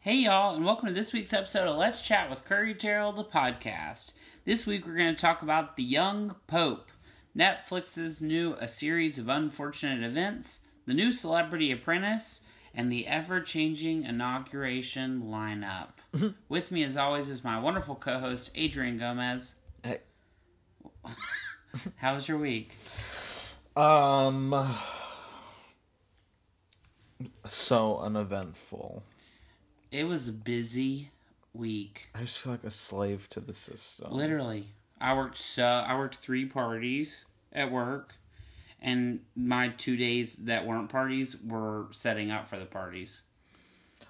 Hey, y'all, and welcome to this week's episode of Let's Chat with Curry Terrell, the podcast. This week, we're going to talk about The Young Pope, Netflix's new A Series of Unfortunate Events, The New Celebrity Apprentice, and the ever changing inauguration lineup. With me, as always, is my wonderful co host, Adrian Gomez. Hey. How was your week? Um. So uneventful. It was a busy week. I just feel like a slave to the system. Literally, I worked so I worked three parties at work, and my two days that weren't parties were setting up for the parties.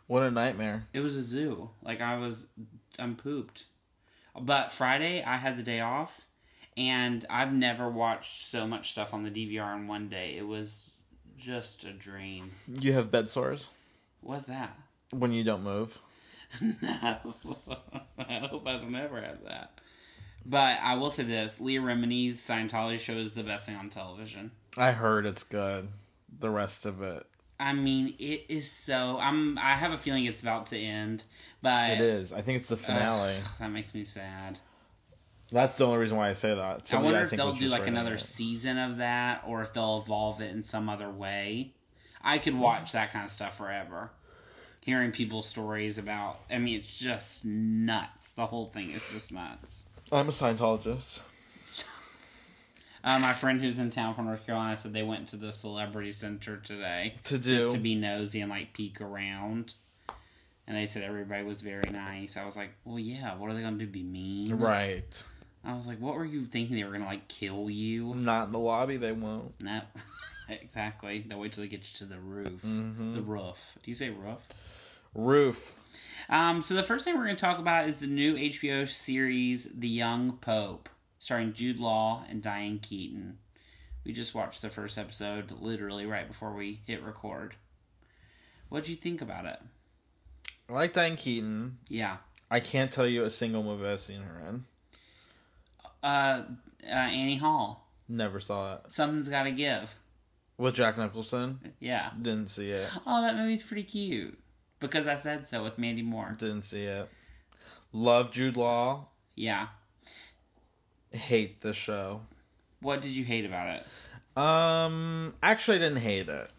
What a nightmare. It was a zoo. Like I was, I'm pooped. But Friday I had the day off, and I've never watched so much stuff on the DVR in one day. It was just a dream. You have bed sores What's that? when you don't move. No. I hope I don't ever have that. But I will say this: Leah Remini's Scientology show is the best thing on television. I heard it's good. The rest of it, I mean, it is so. I'm. I have a feeling it's about to end, but it is. I think it's the finale. that makes me sad. That's the only reason why I say that. I So, yeah, wonder if think we they'll should do like start on another it. season of that, or if they'll evolve it in some other way. I could watch that kind of stuff forever. Hearing people's stories about, I mean, it's just nuts. The whole thing is just nuts. I'm a Scientologist. Uh, my friend who's in town from North Carolina said they went to the celebrity center today To just do- to be nosy and like peek around. And they said everybody was very nice. I was like, well, yeah. What are they gonna do? Be mean? Right. I was like, what were you thinking? They were gonna like kill you? Not in the lobby. They won't. No, exactly. They'll wait till they get you to the roof. The roof. Do you say roof? Roof. Um. So the first thing we're gonna talk about is the new HBO series, The Young Pope, starring Jude Law and Diane Keaton. We just watched the first episode literally right before we hit record. What'd you think about it? I like Diane Keaton. Yeah. I can't tell you a single movie I've seen her in. Uh, uh Annie Hall. Never saw it. Something's got to give. With Jack Nicholson. Yeah. Didn't see it. Oh, that movie's pretty cute. Because I said so with Mandy Moore. Didn't see it. Love Jude Law. Yeah. Hate the show. What did you hate about it? Um, actually, I didn't hate it.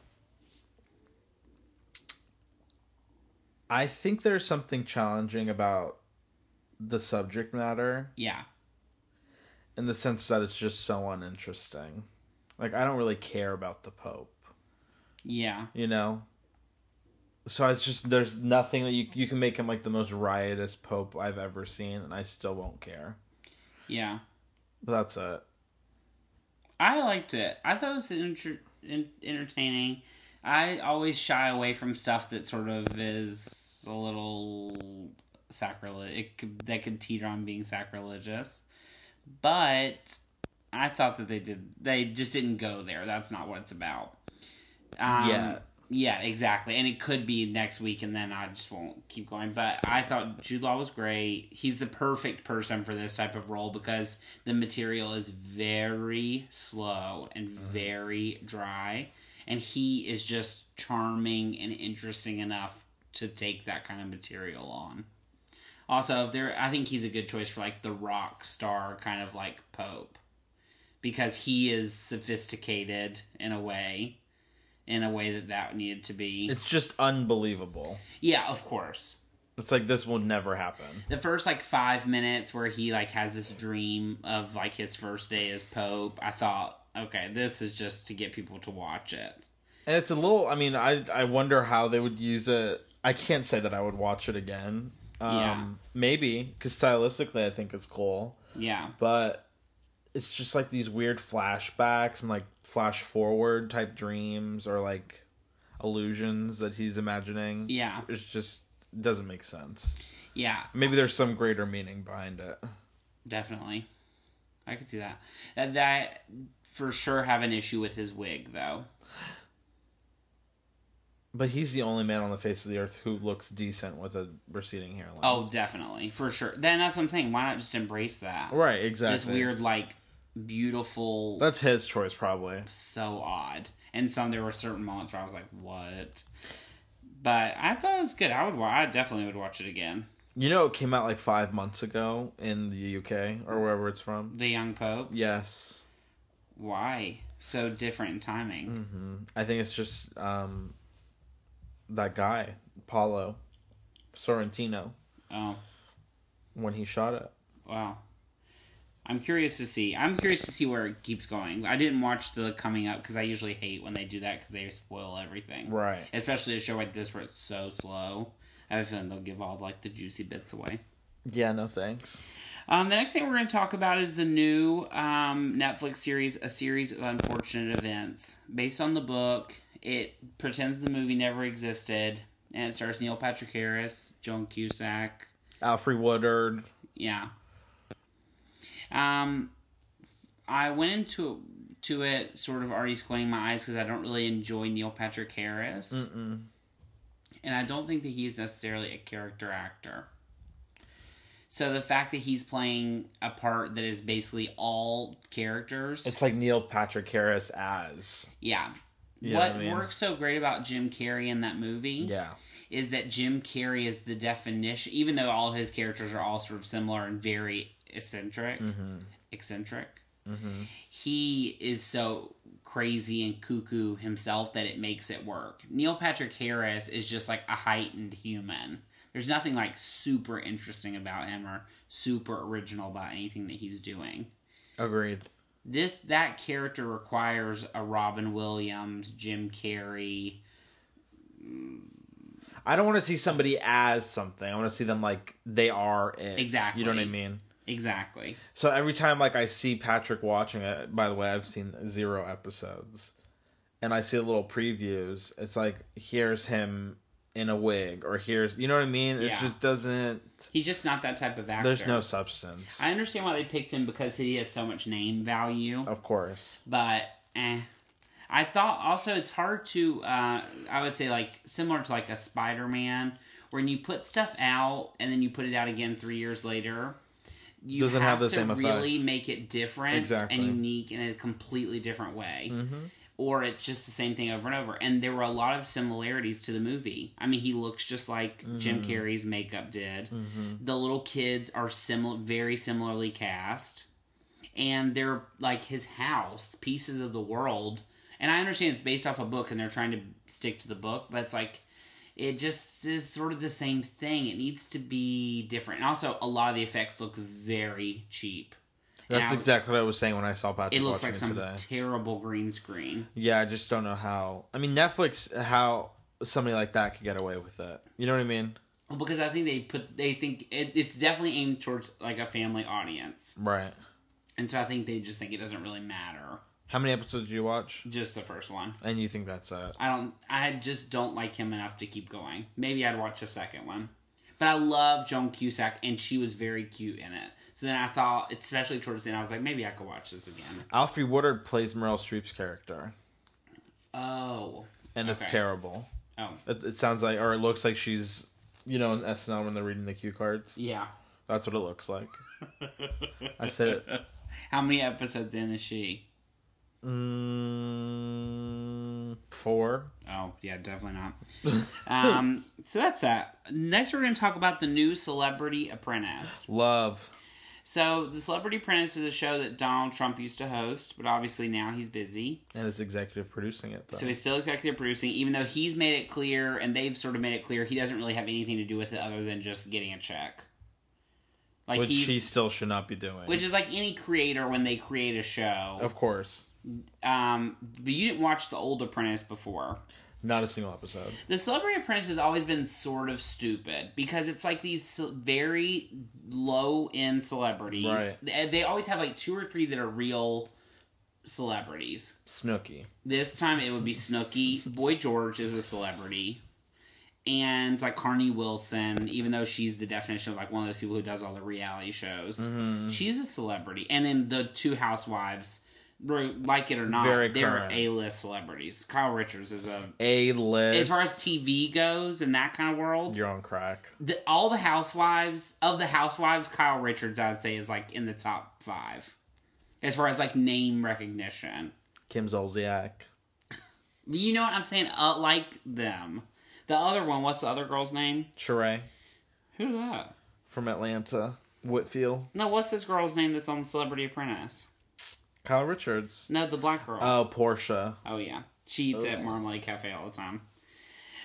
I think there's something challenging about the subject matter Yeah. in the sense that it's just so uninteresting. Like, I don't really care about the Pope, Yeah. you know? So it's just, there's nothing that you, you can make him like the most riotous Pope I've ever seen, and I still won't care. Yeah. But that's it. I liked it. I thought it was inter- in- entertaining. I always shy away from stuff that sort of is a little sacrilege. It could, that could teeter on being sacrilegious, but I thought that they did. They just didn't go there. That's not what it's about. Um, Yeah. Yeah, exactly. And it could be next week, and then I just won't keep going. But I thought Jude Law was great. He's the perfect person for this type of role because the material is very slow and very dry. And he is just charming and interesting enough to take that kind of material on. Also, if there, I think he's a good choice for like the rock star kind of like Pope because he is sophisticated in a way, in a way that that needed to be. It's just unbelievable. yeah, of course. It's like this will never happen. The first like five minutes where he like has this dream of like his first day as Pope, I thought, okay, this is just to get people to watch it. And it's a little. I mean, I I wonder how they would use it. I can't say that I would watch it again. Um, Yeah. Maybe because stylistically, I think it's cool, Yeah, but it's just like these weird flashbacks and like flash forward type dreams or like illusions that he's imagining. yeah, It's just doesn't make sense. yeah. Maybe there's some greater meaning behind it. Definitely. I could see that. That, that for sure have an issue with his wig though. But he's the only man on the face of the earth who looks decent with a receding hairline. Oh, definitely. For sure. Then that's what I'm saying. Why not just embrace that? right, exactly. This weird like beautiful That's his choice, probably. so odd. And some there were certain moments where I was like, "What?" But I thought it was good. I would. Wa- I definitely would watch it again. You know, it came out like five months ago in the UK or wherever it's from. The Young Pope. Yes, Why so different in timing? I think it's just um, that guy Paulo Sorrentino Oh when he shot it. wow. I'm curious to see. I'm curious to see where it keeps going. I didn't watch the coming up because I usually hate when they do that because they spoil everything. Right. Especially a show like this where it's so slow. I have a feeling they'll give all like the juicy bits away. Yeah. No thanks. Um, the next thing we're going to talk about is the new um, Netflix series, A Series of Unfortunate Events. Based on the book, it pretends the movie never existed, and it stars Neil Patrick Harris, Joan Cusack. Alfred Woodard. Yeah. Um, I went into to it sort of already squinting my eyes because I don't really enjoy Neil Patrick Harris. And I don't think that he's necessarily a character actor. So the fact that he's playing a part that is basically all characters. It's like Neil Patrick Harris as. yeah. Yeah, what I mean- works so great about Jim Carrey in that movie Yeah. is that Jim Carrey is the definition, even though all of his characters are all sort of similar and very eccentric, Mm-hmm. eccentric. He is so crazy and cuckoo himself that it makes it work. Neil Patrick Harris is just like a heightened human. There's nothing like super interesting about him or super original about anything that he's doing Agreed. this that character requires a Robin Williams, Jim Carrey, I don't want to see somebody as something. I want to see them like they are it. Exactly. You know what I mean? exactly. So every time like I see Patrick watching it, by the way, I've seen zero episodes. And I see little previews. It's like here's him in a wig or here's you know what I mean? It Yeah. just doesn't He's just not that type of actor. there's no substance. I understand why they picked him because he has so much name value, of course. but eh. I thought also it's hard to, uh, I would say, like, similar to like a Spider Man, when you put stuff out and then you put it out again three years later. You Doesn't have the to same effect. really make it different Exactly. Mm-hmm. and unique in a completely different way. Or it's just the same thing over and over. And there were a lot of similarities to the movie. I mean, he looks just like Mm-hmm. Jim Carrey's makeup did. The little kids are similar, very similarly cast and they're like his house, pieces of the world. And I understand it's based off a book and they're trying to stick to the book, but it's like it just is sort of the same thing. It needs to be different. And also a lot of the effects look very cheap. And That's I- exactly what I was saying when I saw Patrick It looks watching like it some today. terrible green screen. Yeah, I just don't know how. I mean, Netflix, how somebody like that could get away with it. You know what I mean? Well, Because I think they put they think it, it's definitely aimed towards like a family audience. Right. And so I think they just think it doesn't really matter. How many episodes did you watch? Just the first one. And you think that's it? I don't. I just don't like him enough to keep going. Maybe I'd watch a second one. But I love Joan Cusack, and she was very cute in it. So then I thought, especially towards the end, I was like, maybe I could watch this again. Alfred Woodard plays Meryl Streep's character, Oh, and it's Okay. terrible. oh, It, it sounds like, or it looks like she's, you know, in SNL when they're reading the cue cards. yeah. That's what it looks like. I said it. How many episodes in is she? Mm, four. Oh, yeah, definitely not. um, so that's that. Next, we're going to talk about the new Celebrity Apprentice. Love. So, The Celebrity Apprentice is a show that Donald Trump used to host, but obviously now he's busy. And is executive producing it, though. So he's still executive producing, even though he's made it clear and they've sort of made it clear he doesn't really have anything to do with it other than just getting a check. Like which he's she still should not be doing. which is like any creator when they create a show. of course. Um, but you didn't watch The Old Apprentice before. Not a single episode. The Celebrity Apprentice has always been sort of stupid because it's like these ce- very low end celebrities. Right. They- They always have like two or three that are real celebrities. Snooky. This time it would be Snooki. Boy George is a celebrity. And like Carney Wilson, even though she's the definition of like one of those people who does all the reality shows, Mm-hmm. she's a celebrity. And then the two housewives, were- like it or not, Very they're current. A list celebrities. Kyle Richards is a. A list. As far as TV goes in that kind of world, you're on crack. the, all the housewives, of the housewives, Kyle Richards, I'd say, is like in the top five. As far as like name recognition. Kim Zolciak. You know what I'm saying? Uh, like them. The other one, what's the other girl's name? Sheree Who's that? from Atlanta, Whitfield, No, what's this girl's name that's on The Celebrity Apprentice? Kyle Richards. No, the black girl. Oh, Portia. Oh yeah, she eats at Marmalade Cafe all the time.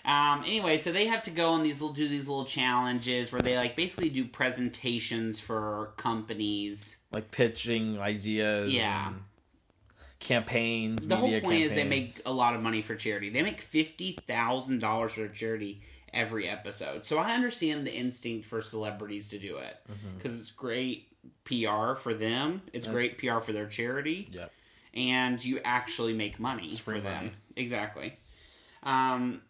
Um, anyway, so they have to go on these little do these little challenges where they like basically do presentations for companies. Like pitching ideas. Yeah. and Campaigns. The whole media point is they make campaigns. a lot of money for charity. They make fifty thousand dollars for charity every episode. So I understand the instinct for celebrities to do it Mm-hmm. because it's great PR for them. It's great PR for their charity. Yeah. and you actually make money for free them. money. Exactly. Um,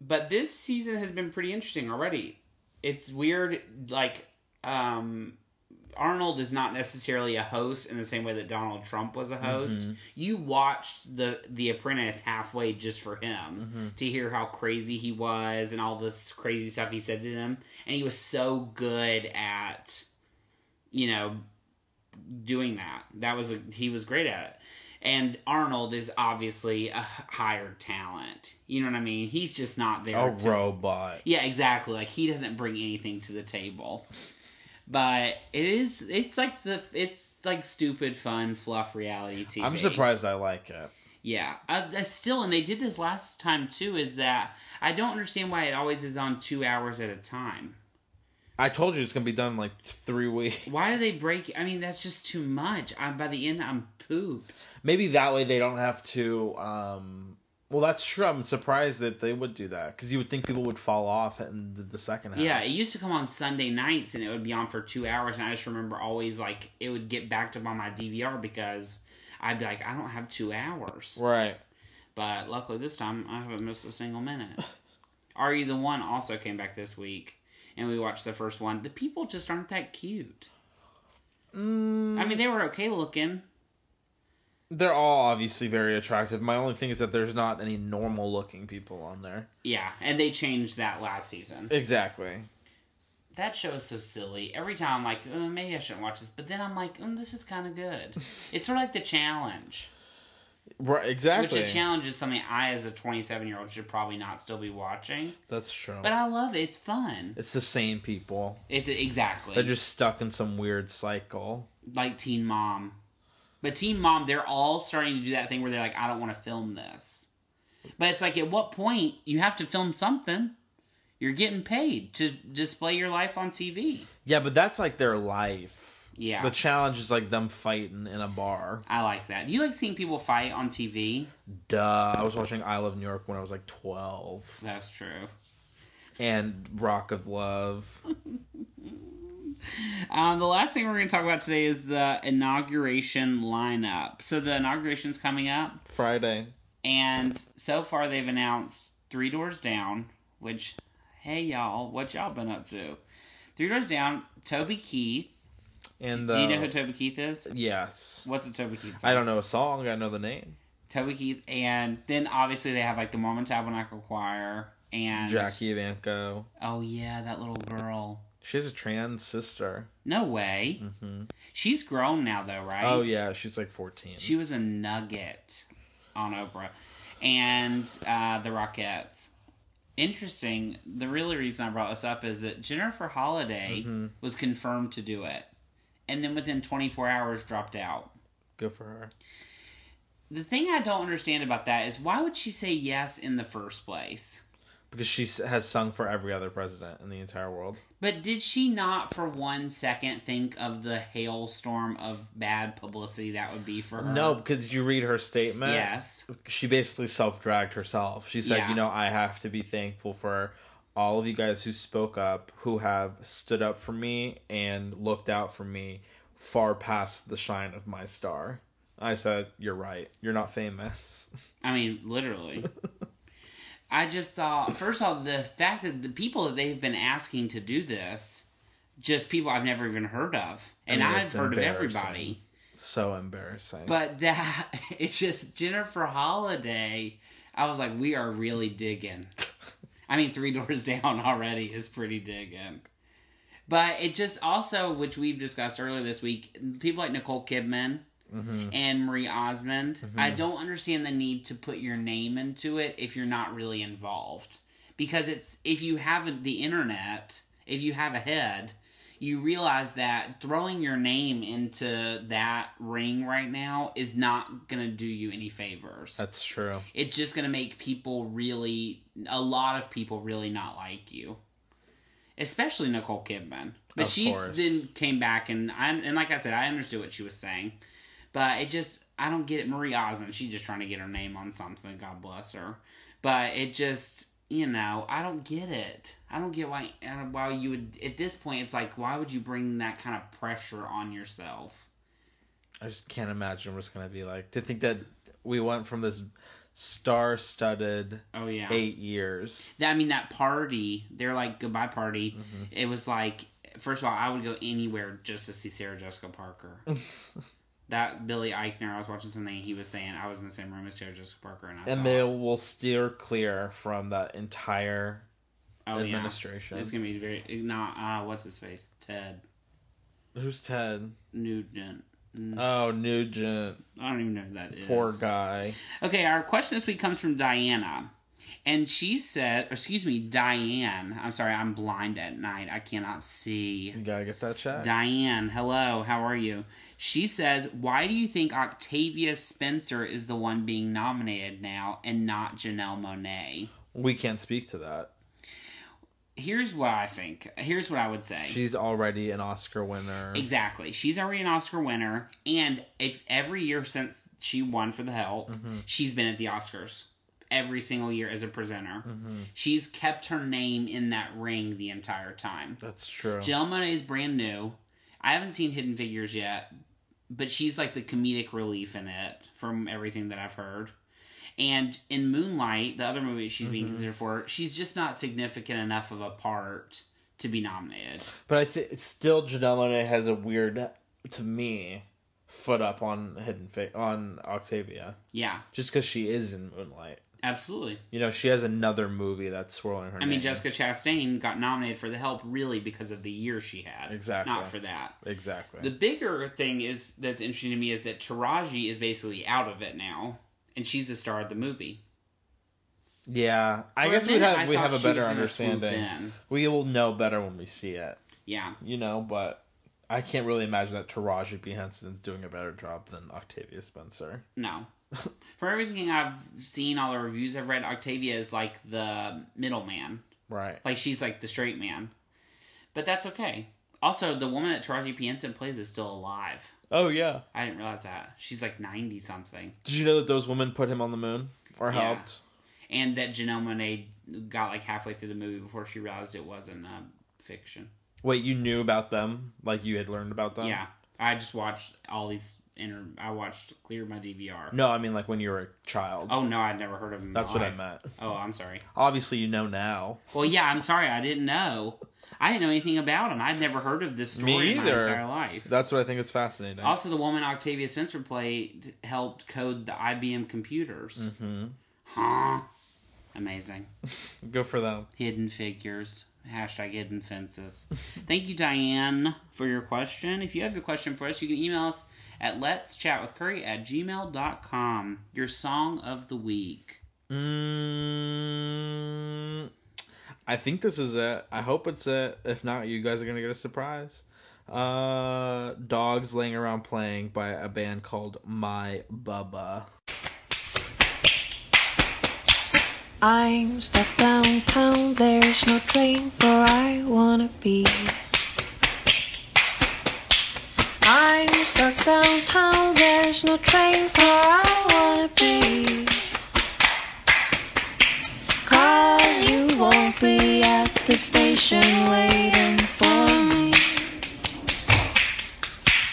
but this season has been pretty interesting already. It's weird, like, um, Arnold is not necessarily a host in the same way that Donald Trump was a host. You watched the The Apprentice halfway just for him to hear how crazy he was and all this crazy stuff he said to them, and he was so good at, you know, doing that. That was a, he was great at it. And Arnold is obviously a h- higher talent. You know what I mean? He's just not there. A to- robot. yeah, exactly. Like he doesn't bring anything to the table. But it is it's like the it's like stupid fun fluff reality TV. I'm surprised I like it. Yeah. Uh, that's still and they did this last time too is that I don't understand why it always is on 2 hours at a time. I told you it's gonna be done in like three weeks. Why do they break I mean that's just too much. I by the end I'm pooped. Maybe that way they don't have to. um Well, that's true. I'm surprised that they would do that because you would think people would fall off in the, the second half. Yeah, it used to come on Sunday nights and it would be on for two hours. And I just remember always like it would get backed up on my DVR because I'd be like, I don't have two hours. Right. But luckily this time I haven't missed a single minute. Are You the One also came back this week and we watched the first one. The people just aren't that cute. I mean, they were okay looking. They're all obviously very attractive. My only thing is that there's not any normal looking people on there. Yeah, and they changed that last season. Exactly. That show is so silly. Every time I'm like, oh, maybe I shouldn't watch this, but then I'm like, mm, this is kind of good. it's sort of like the challenge. Right. Which Exactly. a challenge is something I, as a 27 year old, should probably not still be watching. That's true. But I love it. It's fun. it's the same people. It's exactly They're just stuck in some weird cycle. like Teen Mom. But Teen Mom, they're all starting to do that thing where they're like, I don't want to film this. But it's like, at what point you have to film something? You're getting paid to display your life on TV. Yeah, but that's like their life. Yeah. The challenge is like them fighting in a bar. I like that. Do you like seeing people fight on TV? Duh. I was watching I Love New York when I was like 12. That's true. and Rock of Love. Um, the last thing we're going to talk about today is the inauguration lineup. So the inauguration's coming up. Friday. And so far, they've announced Three Doors Down, which, hey y'all, what y'all been up to? Three Doors Down, Toby Keith. And the, Do you know who Toby Keith is? Yes. What's a Toby Keith song? I don't know a song, I know the name. Toby Keith. And then obviously they have like the Mormon Tabernacle Choir and. Jackie Ivanko. Oh yeah, that little girl. She has a trans sister. No way. She's grown now though, right? Mm-hmm. Oh yeah, she's like fourteen. She was a nugget on Oprah. And uh, the Rockettes. Interesting. The really reason I brought this up is that Jennifer Holliday was confirmed to do it. And then within 24 hours, dropped out. Good for her. The thing I don't understand about that is why would she say yes in the first place? Because she s- has sung for every other president in the entire world. But did she not for one second think of the hailstorm of bad publicity that would be for her? No, because did you read her statement? Yes. She basically self dragged herself. She said, Yeah. you know, I have to be thankful for all of you guys who spoke up, who have stood up for me and looked out for me far past the shine of my star. I said, You're right. You're not famous. I mean, literally. I just thought, first of all, the fact that the people that they've been asking to do this, just people I've never even heard of, and I mean, I've it's heard of embarrassing. everybody, So embarrassing. but that it's just Jennifer Holiday. I was like, we are really digging. I mean, Three Doors Down already is pretty digging. But it just also, which we've discussed earlier this week, people like Nicole Kidman and Marie Osmond, I don't understand the need to put your name into it if you're not really involved. because it's if you have the internet, if you have a head, you realize that throwing your name into that ring right now is not going to do you any favors. That's true. it's just going to make people really a lot of people really not like you. Especially Nicole Kidman. But Of she's course. then came back and I and like I said I understood what she was saying. But it just I don't get it Marie Osmond, she's just trying to get her name on something, God bless her. But it just you know, I don't get it. I don't get why uh, why you would at this point it's like why would you bring that kind of pressure on yourself? I just can't imagine what it's gonna be like. To think that we went from this star-studded Oh yeah. eight years. I mean, that party, they're like goodbye party. Mm-hmm. It was like, first of all, I would go anywhere just to see Sarah Jessica Parker. that Billy Eichner, I was watching something, he was saying I was in the same room as Sarah Jessica Parker, and I And thought, they will steer clear from that entire oh yeah, administration. it's gonna be very not. Uh, what's his face? Ted Who's Ted? Nugent. Oh, Nugent. I don't even know who that is. Poor guy. Okay, our question this week comes from Diana. And she said, or excuse me, Diane. I'm sorry, I'm blind at night. I cannot see. You gotta get that check. Diane, hello, how are you? She says, Why do you think Octavia Spencer is the one being nominated now and not Janelle Monet? we can't speak to that. Here's what I think. Here's what I would say. She's already an Oscar winner. exactly. She's already an Oscar winner. And if every year since she won for the help, she's been at the Oscars every single year as a presenter. She's kept her name in that ring the entire time. That's true. Janelle Monae is brand new. I haven't seen Hidden Figures yet, but she's like the comedic relief in it from everything that I've heard. And in Moonlight, the other movie she's being considered for, she's just not significant enough of a part to be nominated. But I think still Janelle Monáe has a weird, to me, foot up on Hidden Fa- on Octavia, Yeah, just because she is in Moonlight. absolutely. You know, she has another movie that's swirling her. I mean, Jessica Chastain got nominated for The Help really because of the year she had. Exactly. Not for that. exactly. The bigger thing is that's interesting to me is that Taraji is basically out of it now, and she's the star of the movie. yeah, I For a guess we minute, have I we thought have a she better was gonna swoop understanding. in. We will know better when we see it. Yeah. You know, but I can't really imagine that Taraji B Henson's doing a better job than Octavia Spencer. No. For everything I've seen, all the reviews I've read, Octavia is like the middleman. Right. Like she's like the straight man. But that's okay. Also, the woman that Taraji P. Henson plays is still alive. Oh yeah. I didn't realize that. She's like 90 something. Did you know that those women put him on the moon or Yeah. helped? And that Janelle Monet got like halfway through the movie before she realized it wasn't uh, fiction. Wait, you knew about them? Like you had learned about them? Yeah. I just watched all these. Inter- I watched Clear My DVR. No, I mean like when you were a child. Oh, no, I'd never heard of him. That's what I meant. Oh, I'm sorry. Obviously, you know now. Well, yeah, I'm sorry, I didn't know. I didn't know anything about him. I'd never heard of this story Me in my either. entire life. That's what I think is fascinating. also, the woman Octavia Spencer played helped code the IBM computers. Mm-hmm. Huh? Amazing. Go for them. Hidden figures. Hashtag hidden fences. Thank you, Diane, for your question. If you have a question for us, you can email us at let's chat with curry at gmail.com. Your song of the week. Mm, I think this is it. I hope it's it. If not, you guys are gonna get a surprise. Uh, dogs laying around playing by a band called My Bubba. I'm stuck downtown, there's no train for I wanna be. I'm stuck downtown, there's no train for I wanna be. Cause you won't be at the station waiting for me.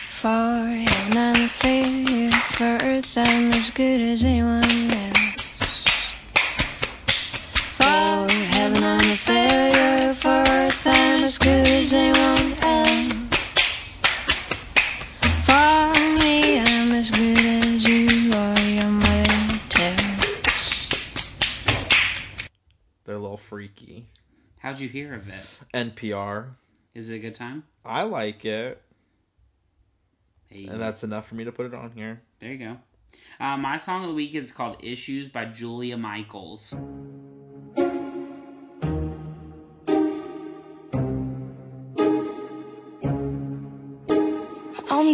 For an unfailure, for earth, I'm as good as anyone else. For heaven, I'm a failure. For earth, I'm as good as anyone else. For me, I'm as good as you are. You're my test. They're a little freaky. How'd you hear of it? NPR. Is it a good time? I like it, Hey. and that's enough for me to put it on here. There you go. Uh, my song of the week is called Issues by Julia Michaels. I'm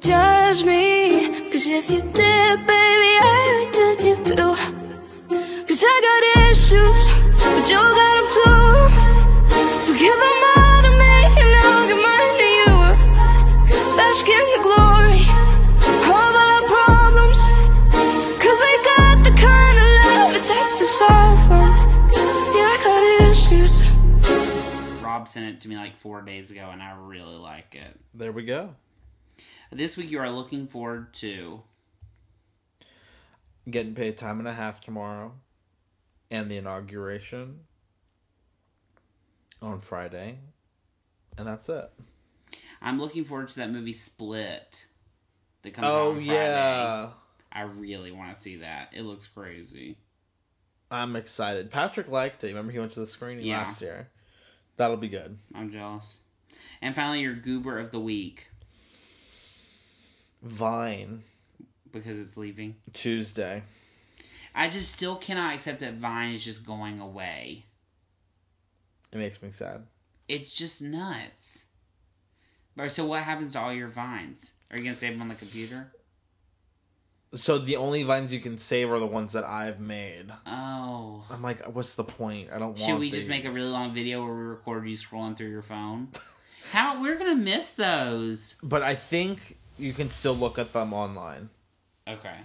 judge me. Cause if you did, baby, I would judge you too. Cause I got issues, but you got 'em too. So give them all to me, and I'll give mine to you. Bask in the glory, of all our problems. Cause we got the kind of love it takes to solve 'em. Yeah, I got issues. Rob sent it to me like four days ago, and I really like it. There we go. This week you are looking forward to Getting paid time and a half tomorrow, and the inauguration on Friday, and that's it. I'm looking forward to that movie Split that comes out Oh on Friday. yeah, I really want to see that. It looks crazy. I'm excited. Patrick liked it. Remember he went to the screening Yeah. last year. That'll be good. I'm jealous. And finally, your goober of the week Vine because it's leaving. Tuesday. I just still cannot accept that Vine is just going away. It makes me sad. It's just nuts. But so what happens to all your vines? Are you gonna save them on the computer? So the only vines you can save are the ones that I've made. Oh. I'm like, what's the point? I don't want. Should we just make a these. really long video where we record you scrolling through your phone? How we're gonna miss those. But I think you can still look at them online. Okay.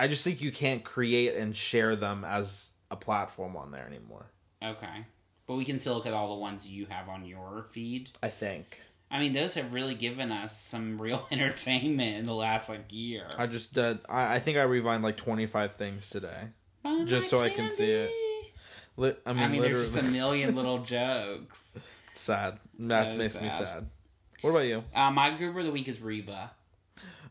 I just think you can't create and share them as a platform on there anymore. Okay. But we can still look at all the ones you have on your feed. I think. I mean, those have really given us some real entertainment in the last like year. I just did. I, I think I revined like 25 things today. Buy just my so I can see it. candy. Li- I mean, I mean, literally, there's just a million little jokes. sad. That That is makes me sad. sad. What about you? Uh, my group of the week is Reba.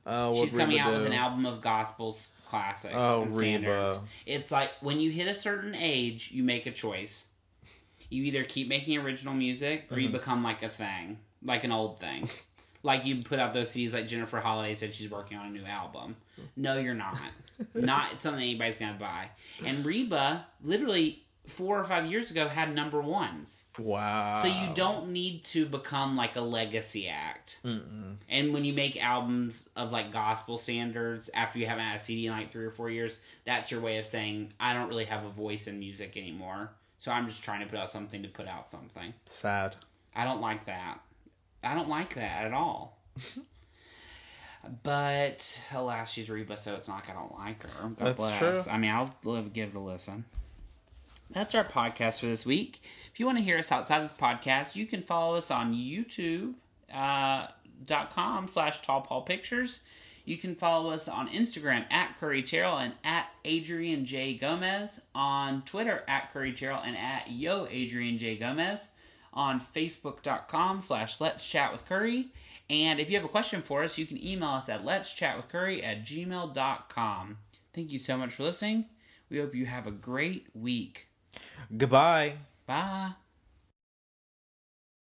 Uh, what She's coming out do? with an album of gospel s- classics Oh, and standards. Reba. It's like when you hit a certain age, you make a choice. You either keep making original music or Mm-hmm. you become like a thing, like an old thing. like you put out those CDs, like Jennifer Holiday said she's working on a new album. No, you're not. not something anybody's going to buy. And Reba, literally four or five years ago, had number ones. Wow. So you don't need to become like a legacy act. Mm-mm. And when you make albums of like gospel standards after you haven't had a CD in like three or four years, that's your way of saying, I don't really have a voice in music anymore. So I'm just trying to put out something to put out something. Sad. I don't like that. I don't like that at all. but alas, she's Reba, so it's not like I don't like her. God That's bless. true. I mean, I'll live, give it a listen. That's our podcast for this week. If you want to hear us outside this podcast, you can follow us on YouTube uh, dot com slash Tall Paul Pictures. You can follow us on Instagram at Curry Terrell and at Adrian J Gomez on Twitter at Curry Terrell and at Yo Adrian J Gomez on Facebook.com slash Let's Chat with Curry. And if you have a question for us, you can email us at Let's Chat with Curry at gmail.com. Thank you so much for listening. We hope you have a great week. Goodbye. Bye.